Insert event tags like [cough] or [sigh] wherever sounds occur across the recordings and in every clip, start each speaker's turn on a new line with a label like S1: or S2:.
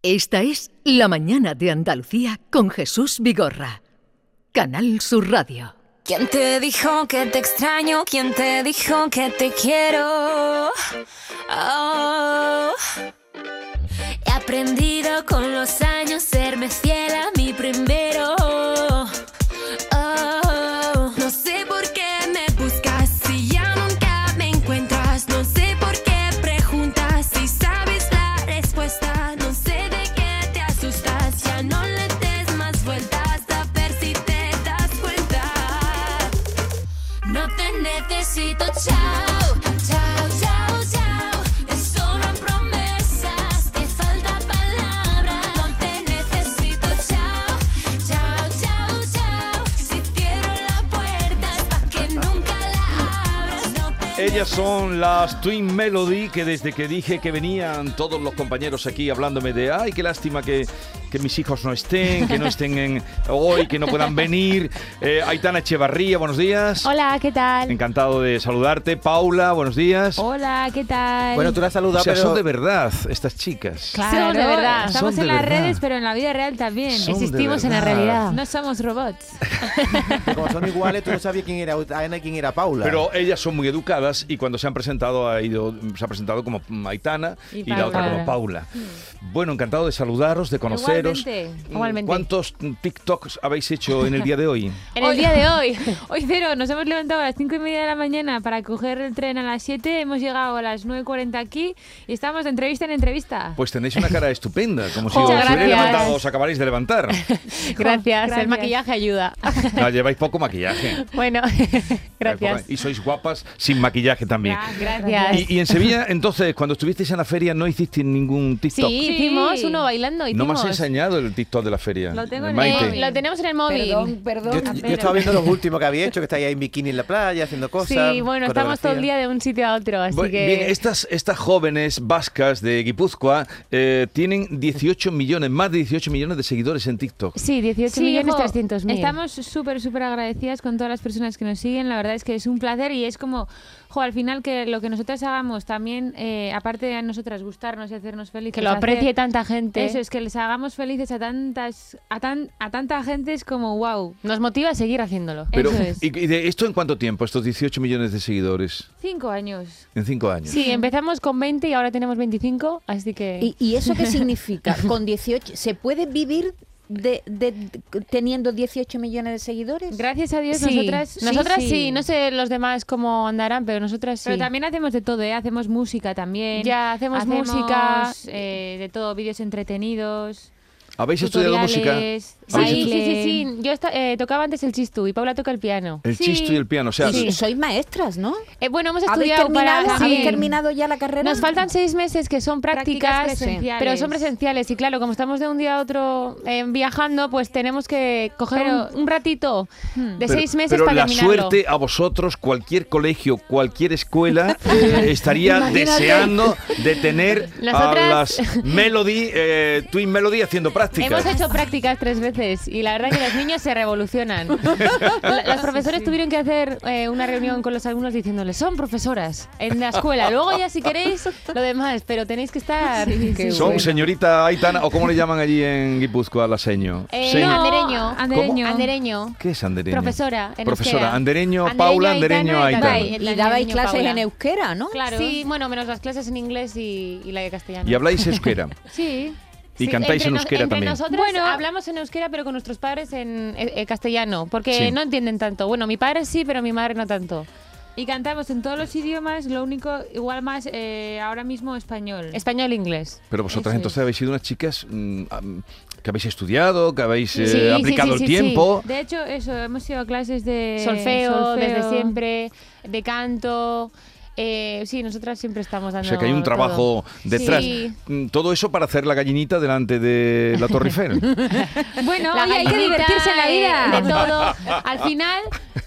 S1: Esta es La Mañana de Andalucía con Jesús Vigorra. Canal Sur Radio.
S2: ¿Quién te dijo que te extraño? ¿Quién te dijo que te quiero? Oh. He aprendido con los años serme fiel a mi primero. Oh. No sé por qué me buscas si ya nunca me encuentras. No sé por qué preguntas si sabes la respuesta. No sé de qué te asustas. Ya no le des más vueltas a ver si te das cuenta. No te necesito, chao. Chao, chao, chao. Te sobran promesas, te falta palabra. No te necesito, chao. Chao, chao, chao. Si cierro la puerta es pa' que nunca la abras. No te
S3: Ellas son las Twin Melody que desde que dije que venían todos los compañeros aquí hablándome de ay, qué lástima que, que mis hijos no estén, que no estén en- hoy, que no puedan venir. Eh, Aitana Echevarría, buenos días.
S4: Hola, ¿qué tal?
S3: Encantado de saludarte. Paula, buenos días.
S4: Hola, ¿qué tal?
S5: Bueno, tú la has saludado,
S3: o sea,
S5: pero...
S3: son de verdad estas chicas.
S4: Sí, somos de verdad.
S3: son
S4: Estamos
S3: de
S4: en las
S3: verdad.
S4: redes, pero en la vida real también.
S3: Son de
S4: Existimos en la
S3: verdad.
S4: realidad. No somos robots.
S5: Como son iguales, tú no sabías quién era Ana y quién era Paula.
S3: Pero ellas son muy educadas y cuando se han presentado ha ido, se ha presentado como Aitana y,
S4: Y
S3: la otra
S4: Paula.
S3: como Paula. Bueno, encantado de saludaros, de conoceros.
S4: Igualmente,
S3: Mm,
S4: igualmente.
S3: ¿Cuántos TikToks habéis hecho en el día de hoy?
S4: En el día de hoy. Hoy cero, nos hemos levantado a las 5 y media de la mañana para coger el tren a las 7. Hemos llegado a las 9.40 aquí y estamos de entrevista en entrevista.
S3: Pues tenéis una cara estupenda, como si
S4: Oh,
S3: os hubierais
S4: gracias.
S3: levantado, os acabaréis de
S4: [laughs]
S3: levantar.
S6: Gracias,
S4: Gracias.
S6: el maquillaje ayuda.
S3: Ah, lleváis poco maquillaje.
S6: [laughs] bueno, [laughs] gracias.
S3: Y sois guapas sin maquillaje también.
S4: Gra-
S6: Gracias.
S3: Y, y en Sevilla, entonces, cuando estuvisteis en la feria, no hicisteis ningún
S6: Sí,
S3: TikTok.
S6: hicimos uno bailando.
S3: no
S6: Hicimos.
S3: me has enseñado el TikTok de la feria.
S4: Lo tengo en el
S3: Maite.
S4: móvil.
S6: Eh, lo tenemos en el móvil.
S7: Perdón,
S5: yo,
S7: perdón.
S5: yo estaba viendo los últimos que había hecho, que estáis ahí en bikini en la playa haciendo cosas.
S6: Sí, bueno, estamos todo el día de un sitio a otro, así
S3: Bu-
S6: que...
S3: Bien, estas, estas jóvenes vascas de Guipúzcoa eh, tienen 18 millones, más de 18 millones de seguidores en TikTok.
S6: Sí, 18
S4: Sí,
S6: millones
S4: ojo,
S6: 300 mil.
S4: Estamos súper, súper agradecidas con todas las personas que nos siguen. La verdad es que es un placer y es como, jo, al final que lo que nosotras hagamos también, eh, aparte de a nosotras gustarnos y hacernos felices.
S6: Que lo
S4: hacer-
S6: aprecie ¿eh? tanta gente.
S4: Eso es que les hagamos felices a tantas, a tan, a tanta gente es como wow.
S6: Nos motiva a seguir haciéndolo.
S3: Pero,
S4: eso es.
S3: ¿y, y de esto en cuánto tiempo, estos 18 millones de seguidores?
S4: Cinco años.
S3: En cinco años.
S6: Sí, empezamos con 20 y ahora tenemos 25, así que...
S7: ¿Y, y eso
S4: [laughs]
S7: qué significa? Con 18, ¿se puede vivir de, de- de- teniendo 18 millones de seguidores?
S4: Gracias a Dios
S6: Sí,
S4: nosotras sí,
S6: nosotras sí,
S4: sí.
S6: no sé los demás cómo andarán, pero nosotras sí.
S4: Pero también hacemos de todo, ¿eh? hacemos música también.
S6: Ya, hacemos música.
S4: eh, de todo, vídeos entretenidos.
S3: ¿Habéis estudiado música?
S4: tutoriales,
S6: Sí,
S3: ¿Habéis
S6: sí,
S3: estu-
S6: sí,
S4: baile.
S6: sí, Yo esta- eh, tocaba antes el chistú y Paula toca el piano.
S3: El
S4: sí.
S3: chisto y el piano. O sea,
S7: Y Sois maestras, ¿no?
S6: Eh, bueno, hemos
S7: ¿Habéis
S6: estudiado
S7: terminado,
S6: para...
S7: ¿habéis
S6: sí.
S7: terminado ya la carrera?
S6: Nos faltan seis meses que son prácticas,
S4: Prácticas presenciales.
S6: pero son presenciales. Y claro, como estamos de un día a otro eh, viajando, pues tenemos que coger
S4: Pero- Hmm.
S6: un, un ratito de
S3: pero-
S6: seis meses
S3: pero
S6: para
S3: la
S6: terminarlo.
S3: suerte a vosotros, cualquier colegio, cualquier
S6: [laughs]
S3: escuela eh, estaría deseando de tener a
S6: Nosotras-
S3: las Melody, eh, Twin Melody haciendo prácticas.
S6: [laughs] Hemos hecho prácticas tres veces y la verdad que los niños se
S4: [laughs]
S6: revolucionan. La- los profesores tuvieron que hacer eh, una reunión con los alumnos diciéndoles, son profesoras en la escuela. Luego ya si queréis lo demás, pero tenéis que estar... Qué
S3: Son
S6: bueno.
S3: señorita Aitana, o cómo le llaman allí en Guipúzcoa, la seño.
S6: Eh,
S3: Seño.
S6: no, andereño.
S4: andereño.
S6: Andereño.
S3: ¿Qué es andereño?
S6: Profesora. En
S3: Profesora,
S6: euskera.
S3: andereño, Paula, andereño,
S6: Aitana y
S3: Aitana.
S6: Tatay.
S7: Y dabais
S6: Andereño,
S7: clases
S6: Paula.
S7: en E euskera, ¿no?
S6: Claro. Sí, bueno, menos las clases en inglés y, y la de castellano.
S3: Y habláis euskera.
S4: Sí.
S3: Y
S6: [laughs] Sí,
S3: cantáis
S6: entre
S3: en
S6: nos-
S3: euskera
S6: entre
S3: también.
S6: Nosotras
S4: Bueno.
S6: hablamos en euskera, pero con nuestros padres en eh, eh, castellano, porque
S3: Sí.
S6: no entienden tanto. Bueno, mi padre sí, pero mi madre no tanto.
S4: Y cantamos en todos los idiomas, lo único, igual más eh, ahora mismo español.
S6: Español e inglés.
S3: Pero vosotras
S4: Eso
S3: entonces
S4: es.
S3: habéis sido unas chicas mm, am- que habéis estudiado, que habéis eh,
S6: Sí, sí,
S3: aplicado
S6: sí,
S3: el
S6: sí, sí.
S3: tiempo.
S4: De hecho, eso, hemos ido a clases de
S6: solfeo, desde
S4: Eh, solfeo.
S6: siempre, de canto. eh, sí, nosotras siempre estamos
S3: O
S6: dando.
S3: sea que hay un
S6: todo.
S3: trabajo detrás.
S6: Sí.
S3: Mm, Todo eso para hacer la gallinita delante de
S6: [laughs]
S3: la Torre Eiffel.
S4: Bueno,
S6: La
S4: oye, hay que
S6: gallinita,
S4: divertirse en la
S6: eh,
S4: vida.
S6: De todo. Al final,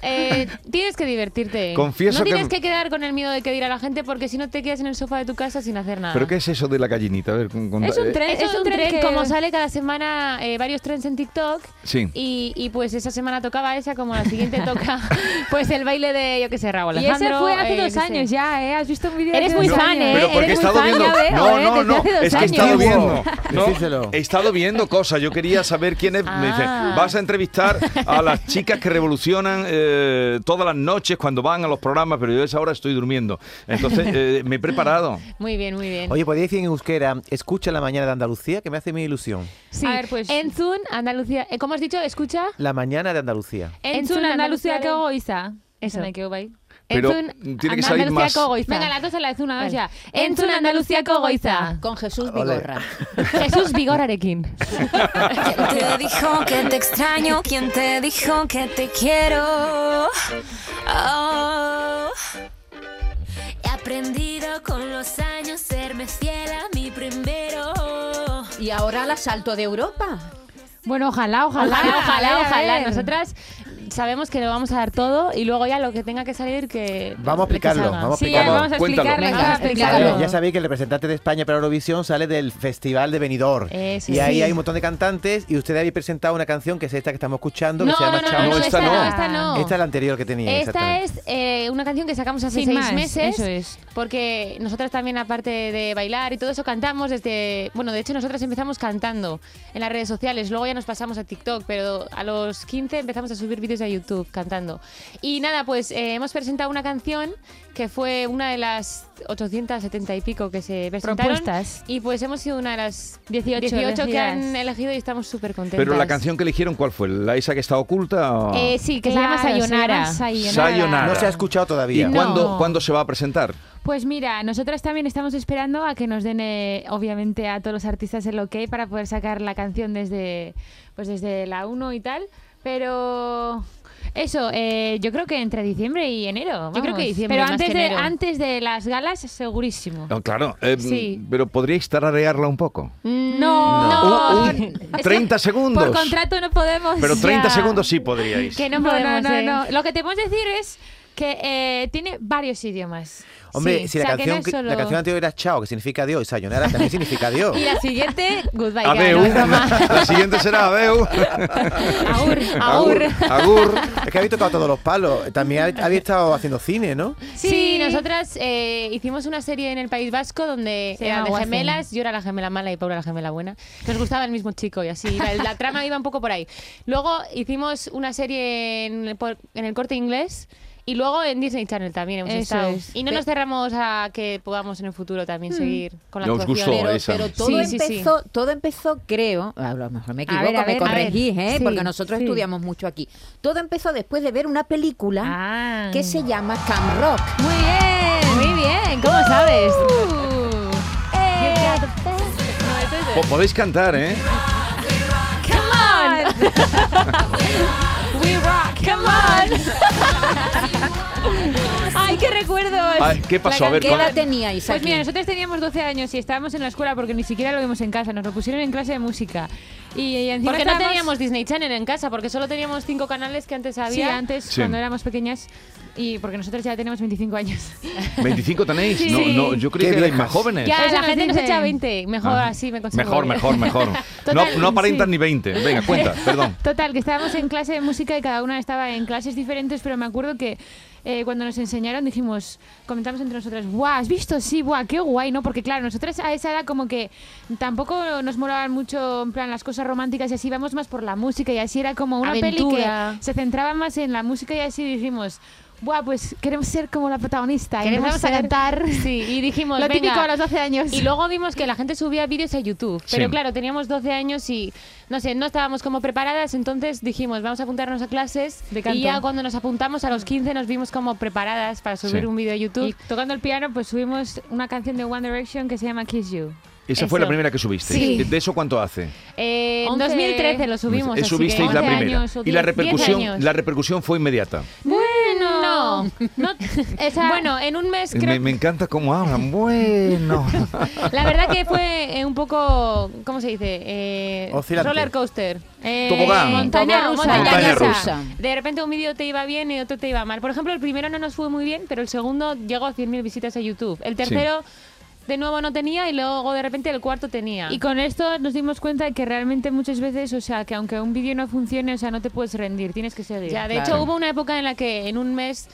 S6: Eh, tienes que divertirte.
S3: Confieso
S6: no
S3: que-
S6: tienes que quedar con el miedo de que dirá la gente porque si no te quedas en el sofá de tu casa sin hacer nada.
S3: ¿Pero qué es eso de la gallinita? A ver, con- con-
S4: Es un
S3: eh,
S4: tren,
S6: Eso
S4: es un tren, que-
S6: como sale cada semana eh, varios trends en TikTok.
S3: Sí.
S6: Y, y, pues esa semana tocaba esa, como la
S4: [laughs]
S6: siguiente toca pues el baile de, yo qué sé, Raúl
S4: Y ese
S6: Alejandro,
S4: fue hace
S6: eh, yo
S4: dos
S6: qué sé.
S4: años ya, ¿eh? ¿Has visto un vídeo? de
S6: Eres
S4: hace
S6: muy
S4: dos
S6: fan,
S4: años?
S6: ¿eh?
S3: Pero porque he
S6: Eres muy
S3: estado
S6: fan,
S3: viendo.
S6: ya veo,
S3: no, no,
S6: ¿eh? Desde
S3: no.
S6: hace dos
S3: Es que he
S6: años.
S3: estado viendo.
S5: Antiguo.
S3: No,
S5: Decíselo.
S3: he estado viendo cosas. Yo quería saber quién es. Me dice,
S6: Ah.
S3: vas a entrevistar a las chicas que revolucionan eh, todas las noches cuando van a los programas, pero yo a esa hora estoy durmiendo. Entonces eh, me he
S6: [laughs]
S3: preparado.
S6: Muy bien, muy bien.
S5: Oye, podéis decir en euskera, escucha la mañana de Andalucía, que me hace mi ilusión.
S6: Sí.
S4: A ver, pues-
S6: Entzun, Andalucía. eh, ¿Cómo has dicho? Escucha.
S5: La mañana de Andalucía.
S4: Entzun Andaluziako goiza.
S6: Eso.
S4: Esan daikegu bai.
S3: Pero
S6: Entzun,
S3: tiene que salir más.
S6: Andaluziako goiza.
S4: Venga, la dos a la de una, dos
S6: Vale.
S4: ya. Entzun Andaluziako goiza.
S7: Con Jesús
S5: Ole.
S7: Vigorra.
S6: [laughs] Jesús Vigorarekin.
S2: ¿Quién te dijo que te extraño? ¿Quién te dijo que te quiero? Oh. He aprendido con los años serme fiel a mi primero.
S7: Y ahora al asalto de Europa.
S6: Bueno, ojalá, ojalá,
S4: Ojalá, a
S6: ojalá,
S4: ver, a
S6: ojalá.
S4: ver.
S6: Nosotras sabemos que lo vamos a dar todo y luego ya lo que tenga que salir que
S5: Vamos a explicarlo,
S6: que salga.
S5: vamos a
S4: Sí,
S5: Vamos,
S4: vamos a
S3: cuéntalo.
S4: explicarlo.
S6: Venga,
S4: vamos a
S6: explícalo.
S4: explicarlo.
S5: Claro, ya sabéis que el representante de España para Eurovisión sale del Festival de Benidorm.
S6: Eso
S5: y
S6: sí.
S5: ahí hay un montón de cantantes y ustedes habéis presentado una canción que es esta que estamos escuchando,
S6: No,
S5: que se
S6: no,
S5: llama
S6: no,
S5: Chao.
S6: no, no,
S3: No,
S6: esta no,
S4: esta
S6: esta no.
S5: Esta es la anterior que tenía,
S6: Esta
S5: exactamente.
S6: es eh, una canción que sacamos hace
S4: Sin
S6: seis
S4: más,
S6: meses.
S4: eso es.
S6: Porque nosotras también, aparte de bailar y todo eso, cantamos desde. Bueno, de hecho, nosotras empezamos cantando en las redes sociales. Luego ya nos pasamos a TikTok, pero a los 15 empezamos a subir vídeos a YouTube cantando. Y nada, pues eh, hemos presentado una canción que fue una de las 870 y pico que se presentaron.
S4: Propuestas.
S6: Y pues hemos sido una de las
S4: 18
S6: que
S4: elegidas.
S6: han elegido y estamos súper contentas.
S3: Pero la canción que eligieron, ¿cuál fue? ¿La esa que está oculta? o-
S6: Eh, sí, que
S4: Claro,
S6: se llama Sayonara.
S4: se llama
S3: Sayonara.
S5: No se ha escuchado
S3: ¿Y
S5: todavía.
S3: cuándo,
S4: No.
S3: cuándo se va a presentar?
S4: Pues mira, nosotras también estamos esperando a que nos den, eh, obviamente, a todos los artistas el ok para poder sacar la canción desde, pues desde la 1 y tal. Pero eso, eh, yo creo que entre diciembre y enero.
S6: Yo creo
S4: vamos.
S6: que diciembre
S4: Pero
S6: más
S4: antes,
S6: que
S4: de,
S6: enero.
S4: antes de las galas, segurísimo.
S3: No, claro. eh,
S4: Sí.
S3: Pero podríais tararearla un poco.
S4: No,
S3: Un- un-
S4: Es que
S3: 30 segundos.
S4: Por contrato no podemos.
S3: Pero 30
S4: ya.
S3: segundos sí podríais.
S4: Que no,
S6: No,
S4: podemos,
S6: no, no,
S4: eh.
S6: no.
S4: Lo que te podemos decir es que eh, tiene varios idiomas.
S5: Hombre,
S4: Sí,
S5: si la,
S4: o sea, que no
S5: canción,
S4: es
S5: que-
S4: solo-
S5: la canción anterior era Chao, que significa Dios, y Sayonara también significa Dios.
S6: Y la siguiente, Goodbye. que
S3: Adeu.
S6: no es broma.
S3: [laughs] La siguiente será Adeu.
S6: Agur,
S3: Agur.
S6: agur.
S3: Agur.
S5: Es que habéis tocado todos los palos. También habéis habéis estado haciendo cine, ¿no?
S6: Sí,
S4: Sí.
S6: nosotras eh, hicimos una serie en el País Vasco donde
S4: Se
S6: eran
S4: llama
S6: de
S4: Guazen.
S6: gemelas, yo era la gemela mala y Paula la gemela buena. Nos gustaba el mismo chico y así, la, la trama iba un poco por ahí. Luego hicimos una serie en el, por- en el corte inglés y luego en Disney Channel también hemos
S4: Eso
S6: estado.
S4: es. Hmm.
S6: Y no nos cerramos a que podamos en el futuro también seguir con la
S3: Ya os
S6: actuación.
S3: gustó.
S7: Pero,
S3: esa.
S7: pero todo,
S6: Sí, sí, sí.
S7: empezó, todo empezó, creo, a lo mejor me equivoco,
S4: ver, a
S7: me
S4: ver, a ver.
S7: corregís, ¿eh?
S4: Sí,
S7: porque nosotros
S4: sí.
S7: estudiamos mucho aquí. Todo empezó después de ver una película
S4: Ah.
S7: que se llama Cam Rock.
S4: Muy bien, muy bien. ¿Cómo
S6: [laughs]
S4: sabes?
S3: Po- podéis cantar, ¿eh?
S4: We rock, come on. [laughs] Ay, qué recuerdos.
S3: Ay, ¿Qué pasó? A ver,
S7: ¿Qué
S3: con-
S7: edad teníais
S4: Pues
S7: aquí?
S4: mira, nosotros teníamos 12 años y estábamos en la escuela porque ni siquiera lo vimos en casa, nos lo pusieron en clase de música. Y, y encima
S6: Porque no
S4: estábamos-
S6: teníamos Disney Channel en casa, porque solo teníamos cinco canales que antes
S4: Sí,
S6: había.
S4: antes,
S3: Sí.
S4: cuando éramos pequeñas, y porque nosotros ya tenemos 25 años.
S3: 25 tenéis.
S4: Sí.
S3: No, no, yo creí
S5: Qué
S3: que erais
S5: viejas.
S3: más jóvenes.
S6: Ya,
S4: Eso
S6: la
S4: nos
S6: gente nos
S4: dicen.
S6: echa 20. Mejor
S3: Ah.
S6: así me consigo.
S3: Mejor, mejor,
S6: [laughs]
S3: mejor. no,
S4: Total,
S3: no aparentan
S4: sí.
S3: ni 20. Venga, cuenta, perdón.
S4: Total, que estábamos en clase de música y cada una estaba en clases diferentes, pero me acuerdo que eh, cuando nos enseñaron dijimos, comentamos entre nosotras, guau, ¿has visto? Sí, guau, qué guay, ¿no? Porque claro, nosotras a esa edad como que tampoco nos molaban mucho en plan las cosas románticas y así íbamos más por la música y así era como una peli
S6: Aventura.
S4: que se centraba más en la música y así dijimos, guau, pues queremos ser como la protagonista. y
S6: Queremos
S4: empezamos a
S6: ser-
S4: cantar.
S6: [laughs] Sí, y dijimos,
S4: Lo
S6: venga.
S4: típico a los 12 años.
S6: Y luego vimos que la gente subía vídeos a YouTube.
S3: Sí.
S6: Pero claro, teníamos 12 años y, no sé, no estábamos como preparadas. Entonces dijimos, vamos a apuntarnos a clases.
S4: De canto.
S6: Y ya cuando nos apuntamos a los 15 nos vimos como preparadas para subir
S3: Sí.
S6: un vídeo a YouTube.
S4: Y tocando el piano, pues subimos una canción de One Direction que se llama Kiss You.
S3: Esa fue la
S6: Eso.
S3: primera que subiste.
S6: Sí.
S3: ¿De eso cuánto hace?
S6: Eh, en
S4: 11
S6: 2013 lo subimos. así que-
S3: Eh, subisteis la
S4: 11
S3: primera.
S4: años o
S3: y la
S4: 10, 10
S3: repercusión,
S4: años.
S3: la repercusión fue inmediata.
S4: Bueno,
S6: Bueno, no,
S4: Esa-
S6: [laughs] bueno, en un mes creo
S3: Me, me encanta cómo hablan.
S6: [laughs]
S3: Bueno.
S6: La verdad que fue eh, un poco, ¿cómo se dice? Eh,
S5: Oscilante.
S6: roller coaster. Eh,
S3: Tobogán.
S7: Montaña rusa.
S3: Montaña
S7: rusa.
S6: De repente un vídeo te iba bien y otro te iba mal. Por ejemplo, el primero no nos fue muy bien, pero el segundo llegó a 100.000 visitas a YouTube. El tercero de nuevo no tenía y luego de repente el cuarto tenía.
S4: Y con esto nos dimos cuenta de que realmente muchas veces, o sea, que aunque un vídeo no funcione, o sea, no te puedes rendir, tienes que seguir.
S6: ya, de
S7: Claro.
S6: hecho hubo una época en la que en un mes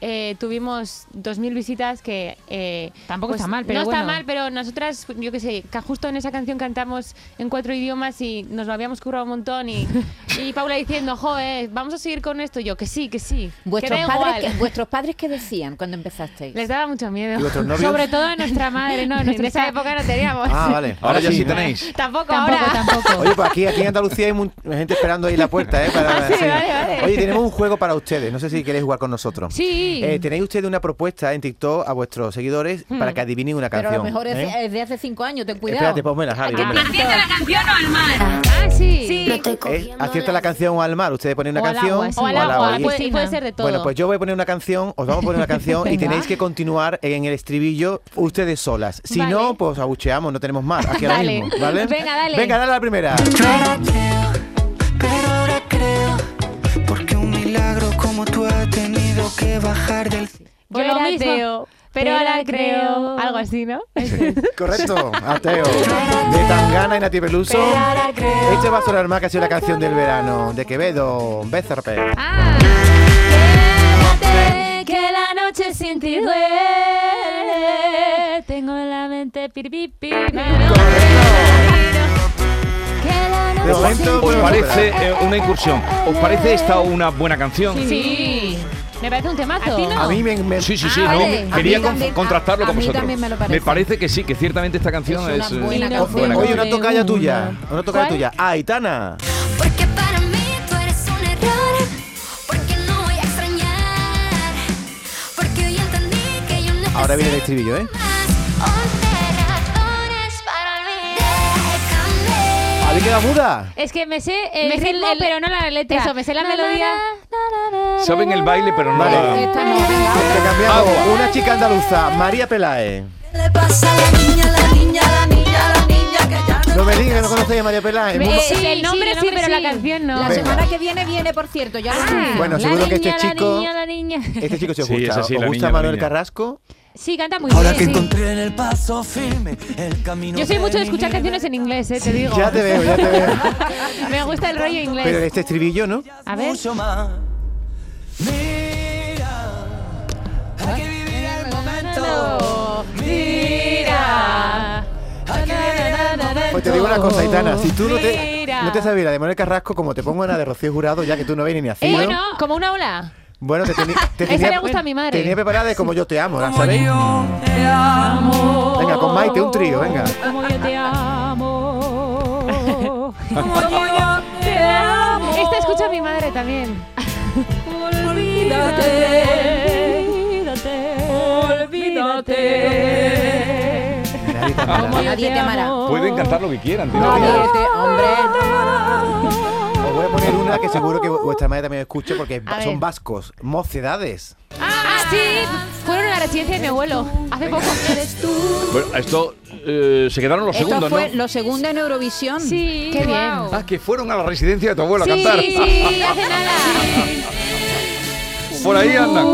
S6: eh, tuvimos 2.000 visitas que... eh,
S4: Tampoco
S6: Pues
S4: está mal, pero
S6: no
S4: bueno.
S6: está mal, pero nosotras, yo qué sé, ca- justo en esa canción cantamos en cuatro idiomas y nos lo habíamos currado un montón y, y Paula diciendo, jo, eh, vamos a seguir con esto. Y yo, que sí, que sí. que
S7: ¿Vuestros
S6: da igual".
S7: padres, que, ¿Vuestros padres qué decían cuando empezasteis?
S6: Les daba mucho miedo.
S5: ¿Y vuestros novios?
S4: Sobre todo en nuestra madre, no,
S6: en
S4: nuestra
S6: esa época no teníamos.
S5: Ah,
S3: [laughs]
S5: vale.
S3: Ahora ya sí
S5: ¿no?
S3: tenéis.
S6: Tampoco,
S4: Tampoco,
S6: ahora.
S4: tampoco.
S6: [laughs]
S5: Oye, pues aquí, aquí en Andalucía hay mu- gente esperando ahí la puerta, ¿eh? Para,
S4: [laughs]
S6: Ah, sí,
S5: sí.
S6: vale, vale.
S5: Oye, tenemos un juego para ustedes. No sé si queréis jugar con nosotros.
S4: Sí.
S5: Eh, Tenéis ustedes una propuesta en TikTok a vuestros seguidores
S4: Hmm.
S5: para que adivinen una
S7: Pero
S5: canción.
S7: a lo mejor es,
S5: ¿eh?
S7: es de hace cinco años, ten cuidado.
S5: Espérate, pues, pónmela, Javi. pónmela.
S4: ah, sí.
S5: Eh, acierta la canción al mar. Ustedes ponen una
S4: O al
S5: canción
S4: agua, sí.
S6: O al
S4: Igual
S6: agua,
S4: ahora,
S6: puede-
S4: piscina.
S6: puede ser de todo.
S5: Bueno, pues yo voy a poner una canción, os vamos a poner una canción y
S6: [laughs]
S4: Venga.
S5: tenéis que continuar en el estribillo ustedes solas. Si
S6: Vale.
S5: no, pues abucheamos, no tenemos más aquí ahora
S6: Dale.
S5: mismo, ¿vale?
S6: Venga, dale.
S5: Venga, dale a la primera.
S8: pero ahora creo porque un milagro como tú ha tenido que bajar del
S6: Yo
S4: Yo
S6: era
S4: lo mismo.
S6: ateo, pero ahora creo.
S4: creo.
S6: Algo así, ¿no?
S5: Correcto, ateo. De Tangana y Nati Peluso. Este va a sonar más que ha sido la canción del verano de Quevedo, Bezarpe.
S6: Ah,
S4: Quédate, que la noche sin ti duele. Tengo la mente piripipi.
S5: De momento,
S3: ¿Os
S6: Pues
S5: podemos
S3: parece
S5: superar.
S3: eh, una incursión? ¿Os parece esta una buena canción?
S6: Sí. Me parece un temazo.
S4: ¿A ti no?
S5: A mí me, me-
S3: Sí, sí, sí,
S7: Ah,
S3: no,
S7: vale. A
S3: quería
S7: mí
S3: con-
S7: también-
S3: contrastarlo
S7: a-
S3: con
S7: a mí
S3: vosotros.
S7: también me lo parece.
S3: que sí, que ciertamente esta canción es,
S7: Es una buena
S3: eh,
S7: canción.
S5: Oye, una
S6: de
S5: tocalla
S6: una.
S5: tuya. Una tocalla
S6: ¿Cuál?
S5: tuya. Aitana.
S2: Porque para mí tú eres un error. Porque no voy a extrañar. Porque hoy entendí que yo necesito.
S5: Ahora viene el estribillo, ¿eh?
S2: más. Once razones para olvidar.
S5: ¿Habéis quedado muda?
S6: Es que me sé el
S4: Me sé el-
S6: ritmo,
S4: el-
S6: pero no la letra.
S4: Eso, me sé la melodía. Eh,
S3: Saben el baile, pero
S6: eh,
S3: no
S5: Vale.
S3: la-
S7: Esta no, venga, otra.
S5: Te cambiamos. Una chica andaluza, María Pelae.
S9: ¿Qué le pasa a la niña, la niña, la niña, la niña que ya no...
S5: No me digas que no conocéis a María Pelae.
S6: Eh,
S5: Bueno,
S6: sí, el nombre sí, pero la canción no.
S7: La
S5: Venga.
S7: semana que viene viene, por cierto, ya lo
S6: Ah,
S7: sé.
S5: Bueno,
S6: la
S5: seguro que este
S6: niña, la
S5: chico-
S6: niña, la niña.
S5: Este chico se os
S3: Sí,
S5: gusta.
S3: esa sí,
S5: ¿Os
S3: la
S5: gusta
S3: niña, la
S5: Manuel
S3: niña.
S5: Carrasco?
S6: Sí, canta muy
S8: Ahora
S6: bien.
S8: que
S6: sí.
S8: encontré en el paso firme el camino
S6: Yo soy mucho de escuchar
S8: mi vida.
S6: canciones en inglés, eh, te digo.
S5: Ya te veo, ya te
S6: [laughs]
S5: veo.
S6: Me gusta el rollo
S5: Pero
S6: inglés.
S5: este estribillo, ¿no?
S6: A ver.
S8: Mucho más. Mira, hay que vivir el momento. Mira, hay que vivir el momento.
S5: Pues te digo una cosa, Aitana. Si tú no te,
S6: Mira.
S5: no te sabes la de Manuel Carrasco, como te pongo una de Rocío Jurado, ya que tú no vienes ni a
S6: Eh,
S5: filo.
S6: bueno, como una ola.
S5: Bueno, te, teni- te
S6: Esa
S5: tenía,
S6: le gusta a mi madre.
S5: tenía preparada de como yo te amo, ¿la
S8: Como
S5: sabéis?
S8: yo te amo.
S5: Venga, con Maite, un trío, venga.
S6: Como yo te [laughs] amo.
S8: Como yo te amo.
S6: Esta escucha a mi madre también.
S8: Olvídate. Olvídate.
S5: Nadie te amará.
S7: Nadie te amará.
S3: Pueden cantar lo que quieran, tío.
S7: Nadie te- hombre.
S5: Os voy a poner una que seguro que vu- vuestra madre también escucha porque es-
S6: A ver.
S5: son vascos, mocedades.
S6: Ah, sí. Fueron a la residencia de mi abuelo. Hace poco.
S3: Bueno, esto eh, se quedaron los
S7: Esto
S3: segundos,
S7: fue
S3: ¿no?
S7: lo segundo en Eurovisión.
S6: Sí.
S7: Qué
S6: guau.
S7: bien.
S3: Ah, que fueron a la residencia de tu abuelo a
S6: Sí,
S3: cantar.
S6: sí, hace nada.
S3: [laughs] Por ahí andan.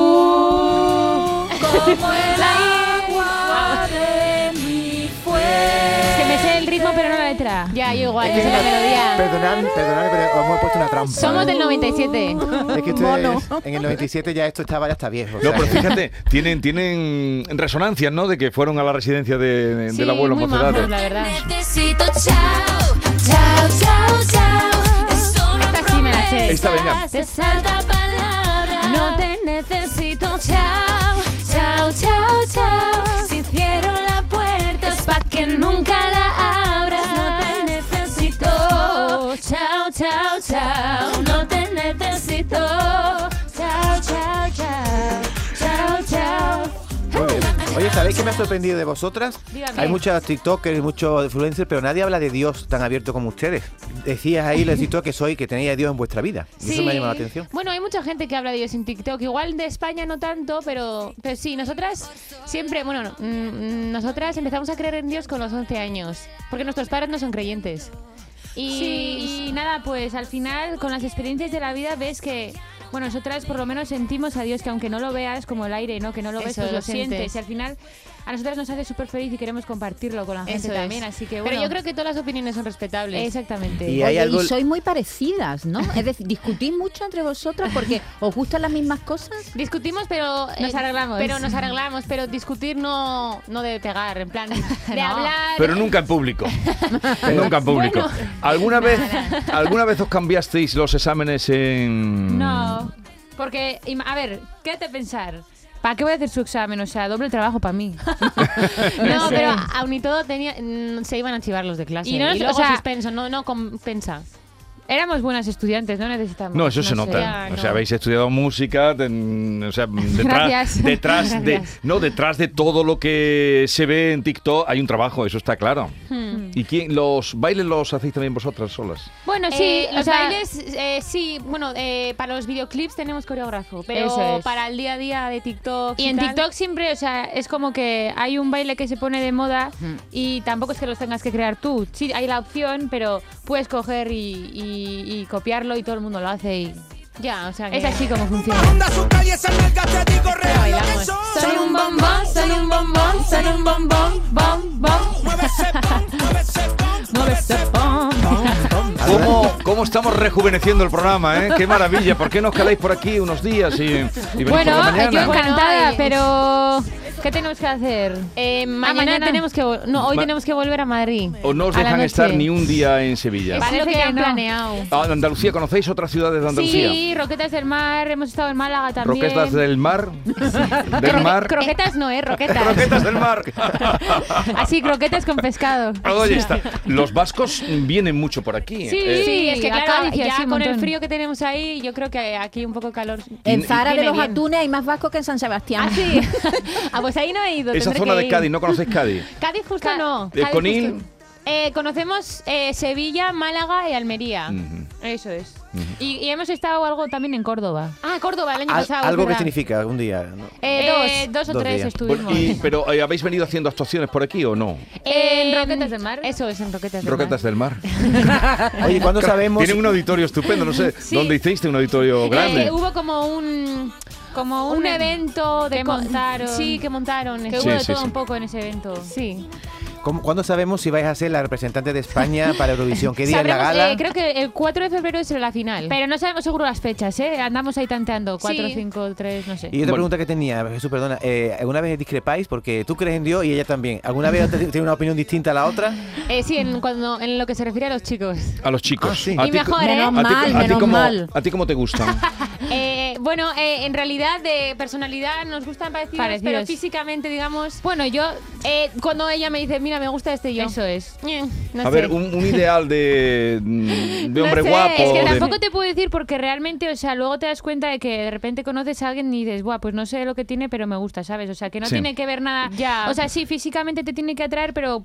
S6: Es que me sé el ritmo, pero no la letra.
S4: Ya, yo igual.
S5: Eh.
S6: Es la melodía.
S5: Perdonad, perdonad, pero os hemos puesto una trampa. ¿eh?
S6: Somos
S5: [laughs]
S6: del 97.
S5: Es que ustedes, en el 97 ya esto estaba, ya está viejo. o
S3: No,
S5: sea
S3: pero
S5: que-
S3: fíjate, tienen, tienen resonancias, ¿no? De que fueron a la residencia de- de- del
S6: Sí,
S3: abuelo
S6: muy majos,
S3: Mocedades.
S6: la verdad.
S2: Necesito chao, chao, chao, chao. Es una
S6: Esta sí me la sé.
S3: Esta, venga.
S2: Te salta palabra.
S6: No
S2: te necesito chao, chao, chao, chao. Si cierro la puerta es pa' que nunca la abras. No te necesito chao, chao, chao. No te necesito chao, chao, chao. Chao, chao.
S5: [laughs] Muy bien. Oye, Oye, ¿sabéis que me ha sorprendido de vosotras?
S4: Dígame.
S5: Hay muchos TikTokers y muchos influencers, pero nadie habla de Dios tan abierto como ustedes. Decías ahí los TikTok que soy, que tenéis a Dios en vuestra vida. Y Eso me ha llamado la atención.
S4: Bueno, hay mucha gente que habla de ellos en TikTok. Igual de España no tanto, pero, pero sí, nosotras siempre, bueno, no, mm, mm, nosotras empezamos a creer en Dios con los 11 años, porque nuestros padres no son creyentes. Y, y nada, pues al final con las experiencias de la vida ves que, bueno, nosotras por lo menos sentimos a Dios, que aunque no lo veas como el aire, ¿no? Que no lo ves,
S6: Eso,
S4: pues
S6: lo
S4: lo sientes.
S6: sientes.
S4: Y al final a nosotras nos hace súper feliz y queremos compartirlo con la gente
S6: Eso es.
S4: también, así que bueno.
S6: Pero yo creo que todas las opiniones son respetables.
S4: Exactamente.
S5: Y
S7: Oye,
S5: hay algo.
S7: y sois muy parecidas, ¿no? Es decir, discutís mucho entre vosotras porque os gustan las mismas cosas.
S6: Discutimos, pero eh,
S7: Nos arreglamos.
S6: Pero nos arreglamos, pero discutir no, no de pegar,
S4: [laughs]
S6: en plan, de
S7: No.
S6: hablar.
S3: Pero nunca en público. nunca en público. ¿Alguna vez, ¿Alguna vez os cambiasteis los exámenes en.?
S4: No, porque, im- a ver, quédate a pensar. ¿Para qué voy a hacer su examen? O sea, doble trabajo para [laughs] mí.
S6: No, pero aún y todo tenía, mm, se iban a chivar los de clase.
S4: Y
S6: Y,
S4: no nos-
S6: luego
S4: o sea-
S6: suspenso, no, no compensa.
S4: Éramos buenas estudiantes, no necesitamos.
S3: No, eso se
S4: sé. ah,
S3: nota.
S6: ya,
S3: O
S6: no.
S3: sea, habéis estudiado música, ten- o sea, detrás,
S4: Gracias.
S3: detrás
S4: [laughs]
S3: de,
S4: Gracias.
S3: no, detrás de todo lo que se ve en TikTok hay un trabajo, eso está claro.
S4: Hmm.
S3: ¿Y quién los bailes los hacéis también vosotras solas?
S4: Bueno, sí,
S6: Eh,
S4: o
S6: los
S4: sea,
S6: bailes, eh, sí, bueno, eh, para los videoclips tenemos coreógrafo, pero
S4: Eso es.
S6: para el día a día de TikTok.
S4: Y en
S6: tal,
S4: TikTok siempre, o sea, es como que hay un baile que se pone de moda y tampoco es que los tengas que crear tú. Sí, hay la opción, pero puedes coger y, y- y copiarlo y todo el mundo lo hace y
S6: Ya, o sea que-
S4: es así como funciona.
S8: Onda su calle, esa nalga, te digo real lo que
S6: bailamos.
S8: soy.
S9: Soy un bombón, soy un bombón, soy un bombón, bom, bom.
S8: Mueve ese pom, mueve ese pom, mueve ese
S3: ¿Cómo, cómo estamos rejuveneciendo el programa? eh? ¡Qué maravilla! ¿Por qué no os quedáis por aquí unos días y, y venís por
S4: Bueno,
S3: la
S4: yo
S3: mañana?
S4: encantada,
S6: Bueno, y-
S4: pero ¿qué tenemos que hacer?
S6: Eh, mañana,
S4: mañana.
S6: tenemos que vol- no, hoy
S3: Ma-
S6: tenemos que volver a Madrid.
S3: ¿O no os
S6: a la
S3: dejan
S6: noche.
S3: estar ni un día en Sevilla?
S4: Vale.
S6: Parece
S4: Parece
S6: que,
S4: que
S6: han
S4: no.
S6: planeado.
S3: Ah, Andalucía, ¿conocéis otras ciudades de Andalucía?
S4: Sí, Roquetas del Mar, hemos estado en Málaga también.
S3: Roquetas del mar. Del
S4: Croque-
S3: mar. [laughs]
S4: Croquetas no, eh, roquetas.
S3: Roquetas del mar.
S6: Ah,
S4: Así, croquetas con pescado.
S3: Oye, está. Los vascos vienen mucho por aquí.
S4: Sí,
S3: eh.
S6: Sí, es que
S4: acá
S6: claro,
S4: dice
S6: ya
S4: así
S6: con
S4: un
S6: el
S4: montón.
S6: frío que tenemos ahí, yo creo que aquí un poco calor.
S7: En Zara de
S6: Viene
S7: los
S6: bien.
S7: Atunes hay más vascos que en San Sebastián.
S6: Ah, sí. ah, pues ahí no he ido.
S3: Esa
S6: tendré
S3: zona
S6: que
S3: de
S6: ir.
S3: Cádiz, ¿no conocéis Cádiz?
S6: Cádiz justo
S4: Ca-
S6: no.
S3: Eh,
S6: Cádiz
S3: Conil.
S6: justo no. Eh, conocemos eh, Sevilla, Málaga y Almería.
S3: Ujú.
S4: Eso es. Y, y hemos estado algo también en Córdoba.
S6: Ah, Córdoba el año
S5: Al-
S6: pasado. es
S5: algo que
S6: verdad.
S5: significa un día. ¿no?
S6: Eh,
S4: Eh,
S6: dos.
S4: o
S5: Dos
S4: tres
S5: días.
S4: estuvimos.
S3: Bueno, y- pero eh, ¿habéis venido haciendo actuaciones por aquí o no?
S4: Eh,
S6: Eh,
S4: en Roquetas del Mar.
S6: Eso es, en Roquetas del
S3: Roquetas
S6: Mar.
S3: del Mar.
S5: Oye, ¿cuándo sabemos?
S3: Tienen un auditorio estupendo, no sé. ¿Dónde hicisteis un auditorio grande?
S6: Eh, hubo como un
S4: como
S6: un evento de
S4: que
S6: co-
S4: montaron.
S6: Sí, que montaron.
S4: Que
S6: eso.
S3: Sí,
S4: hubo de
S3: sí,
S4: todo
S3: sí.
S4: un poco en ese evento.
S6: Sí.
S5: ¿Cómo- ¿Cuándo sabemos si vais a ser la representante de España para Eurovisión? ¿Qué día es la
S6: Sabremos,
S5: gala?
S6: eh, creo que el 4 de febrero es la final.
S4: Pero no sabemos seguro las fechas, ¿eh? Andamos ahí tanteando. Cuatro,
S6: Sí.
S4: cinco, tres, no sé.
S5: Y otra
S3: Bueno.
S5: pregunta que tenía, Jesús, perdona, eh, ¿alguna vez discrepáis? Porque tú crees en Dios y ella también. ¿Alguna vez te- tiene una opinión distinta a la otra?
S6: Eh, sí, en, cuando, en lo que se refiere a los chicos.
S3: A los chicos.
S5: Ah, sí.
S3: ¿A
S6: Y
S3: ti-
S6: mejor,
S3: a
S6: ¿eh?
S3: ti-
S7: Menos mal,
S3: a ti
S7: menos
S3: cómo-
S7: mal.
S3: ¿A ti cómo te gustan?
S6: Eh, bueno, eh, en realidad de personalidad nos gustan parecidos,
S4: Parecidos.
S6: pero físicamente, digamos...
S4: Bueno, yo.
S6: eh, cuando ella me dice, mira, me gusta este yo.
S4: Eso es.
S6: Eh, no
S3: A
S6: sé.
S3: ver, un, un ideal de, de hombre
S6: sé,
S3: guapo.
S4: Es que
S3: de-
S4: tampoco te puedo decir porque realmente, o sea, luego te das cuenta de que de repente conoces a alguien y dices, buah, pues no sé lo que tiene, pero me gusta, ¿sabes? O sea, que no
S3: Sí.
S4: tiene que ver nada.
S6: Ya.
S4: O sea, sí, físicamente te tiene que atraer, pero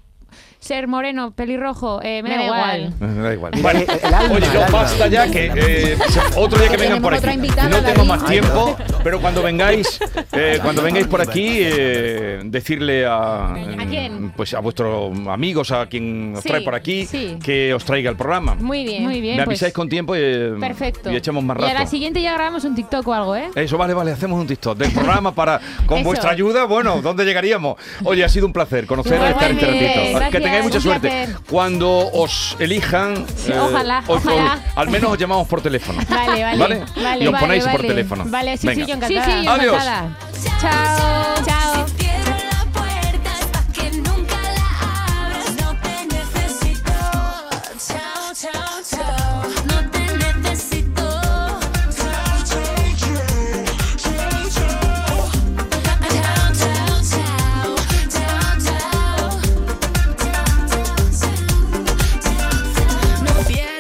S4: ser moreno, pelirrojo, eh, me, da, igual.
S3: Me da igual.
S5: Mira, el- el alma,
S3: oye,
S5: el
S3: no
S5: alma.
S3: basta ya que eh, otro día que
S7: Que
S3: vengan por
S7: tenemos otra
S3: aquí.
S7: invitada,
S3: No tengo
S7: David.
S3: más tiempo, pero cuando vengáis, eh, cuando vengáis por aquí, eh, decirle a,
S6: quién?
S3: pues a vuestros amigos, a quien os
S6: Sí,
S3: trae por aquí,
S6: sí.
S3: que os traiga el programa.
S6: Muy bien.
S4: Muy bien.
S3: Me
S4: pues.
S3: avisáis con tiempo y, eh,
S6: Perfecto.
S3: y echamos más
S4: Y a la
S3: rato.
S4: siguiente ya grabamos un TikTok o algo, ¿eh?
S3: Eso, vale, vale, hacemos un TikTok del programa para, con
S6: Eso.
S3: vuestra ayuda, bueno, ¿dónde llegaríamos? Oye, ha sido un placer conoceros, estar este
S6: Igualmente,
S3: ratito. que
S6: gracias,
S3: tengáis mucha
S6: un
S3: suerte.
S6: placer.
S3: Cuando os elijan, eh,
S6: ojalá,
S3: os-
S6: ojalá.
S3: os- al menos os llamamos por teléfono.
S6: Vale, vale.
S3: ¿Vale?
S6: vale
S3: Y os
S6: vale,
S3: ponéis por
S6: vale.
S3: teléfono.
S6: Vale, sí,
S3: Venga.
S6: sí, yo
S4: Sí,
S6: encantada.
S4: sí, yo
S3: Adiós.
S4: encantada.
S6: Chao, chao.
S9: Si cierras la puerta hasta que nunca la abras, no te necesito. Chao, chao, chao. No te necesito. Chao, chao, chao. Chao, chao, chao. Chao, chao.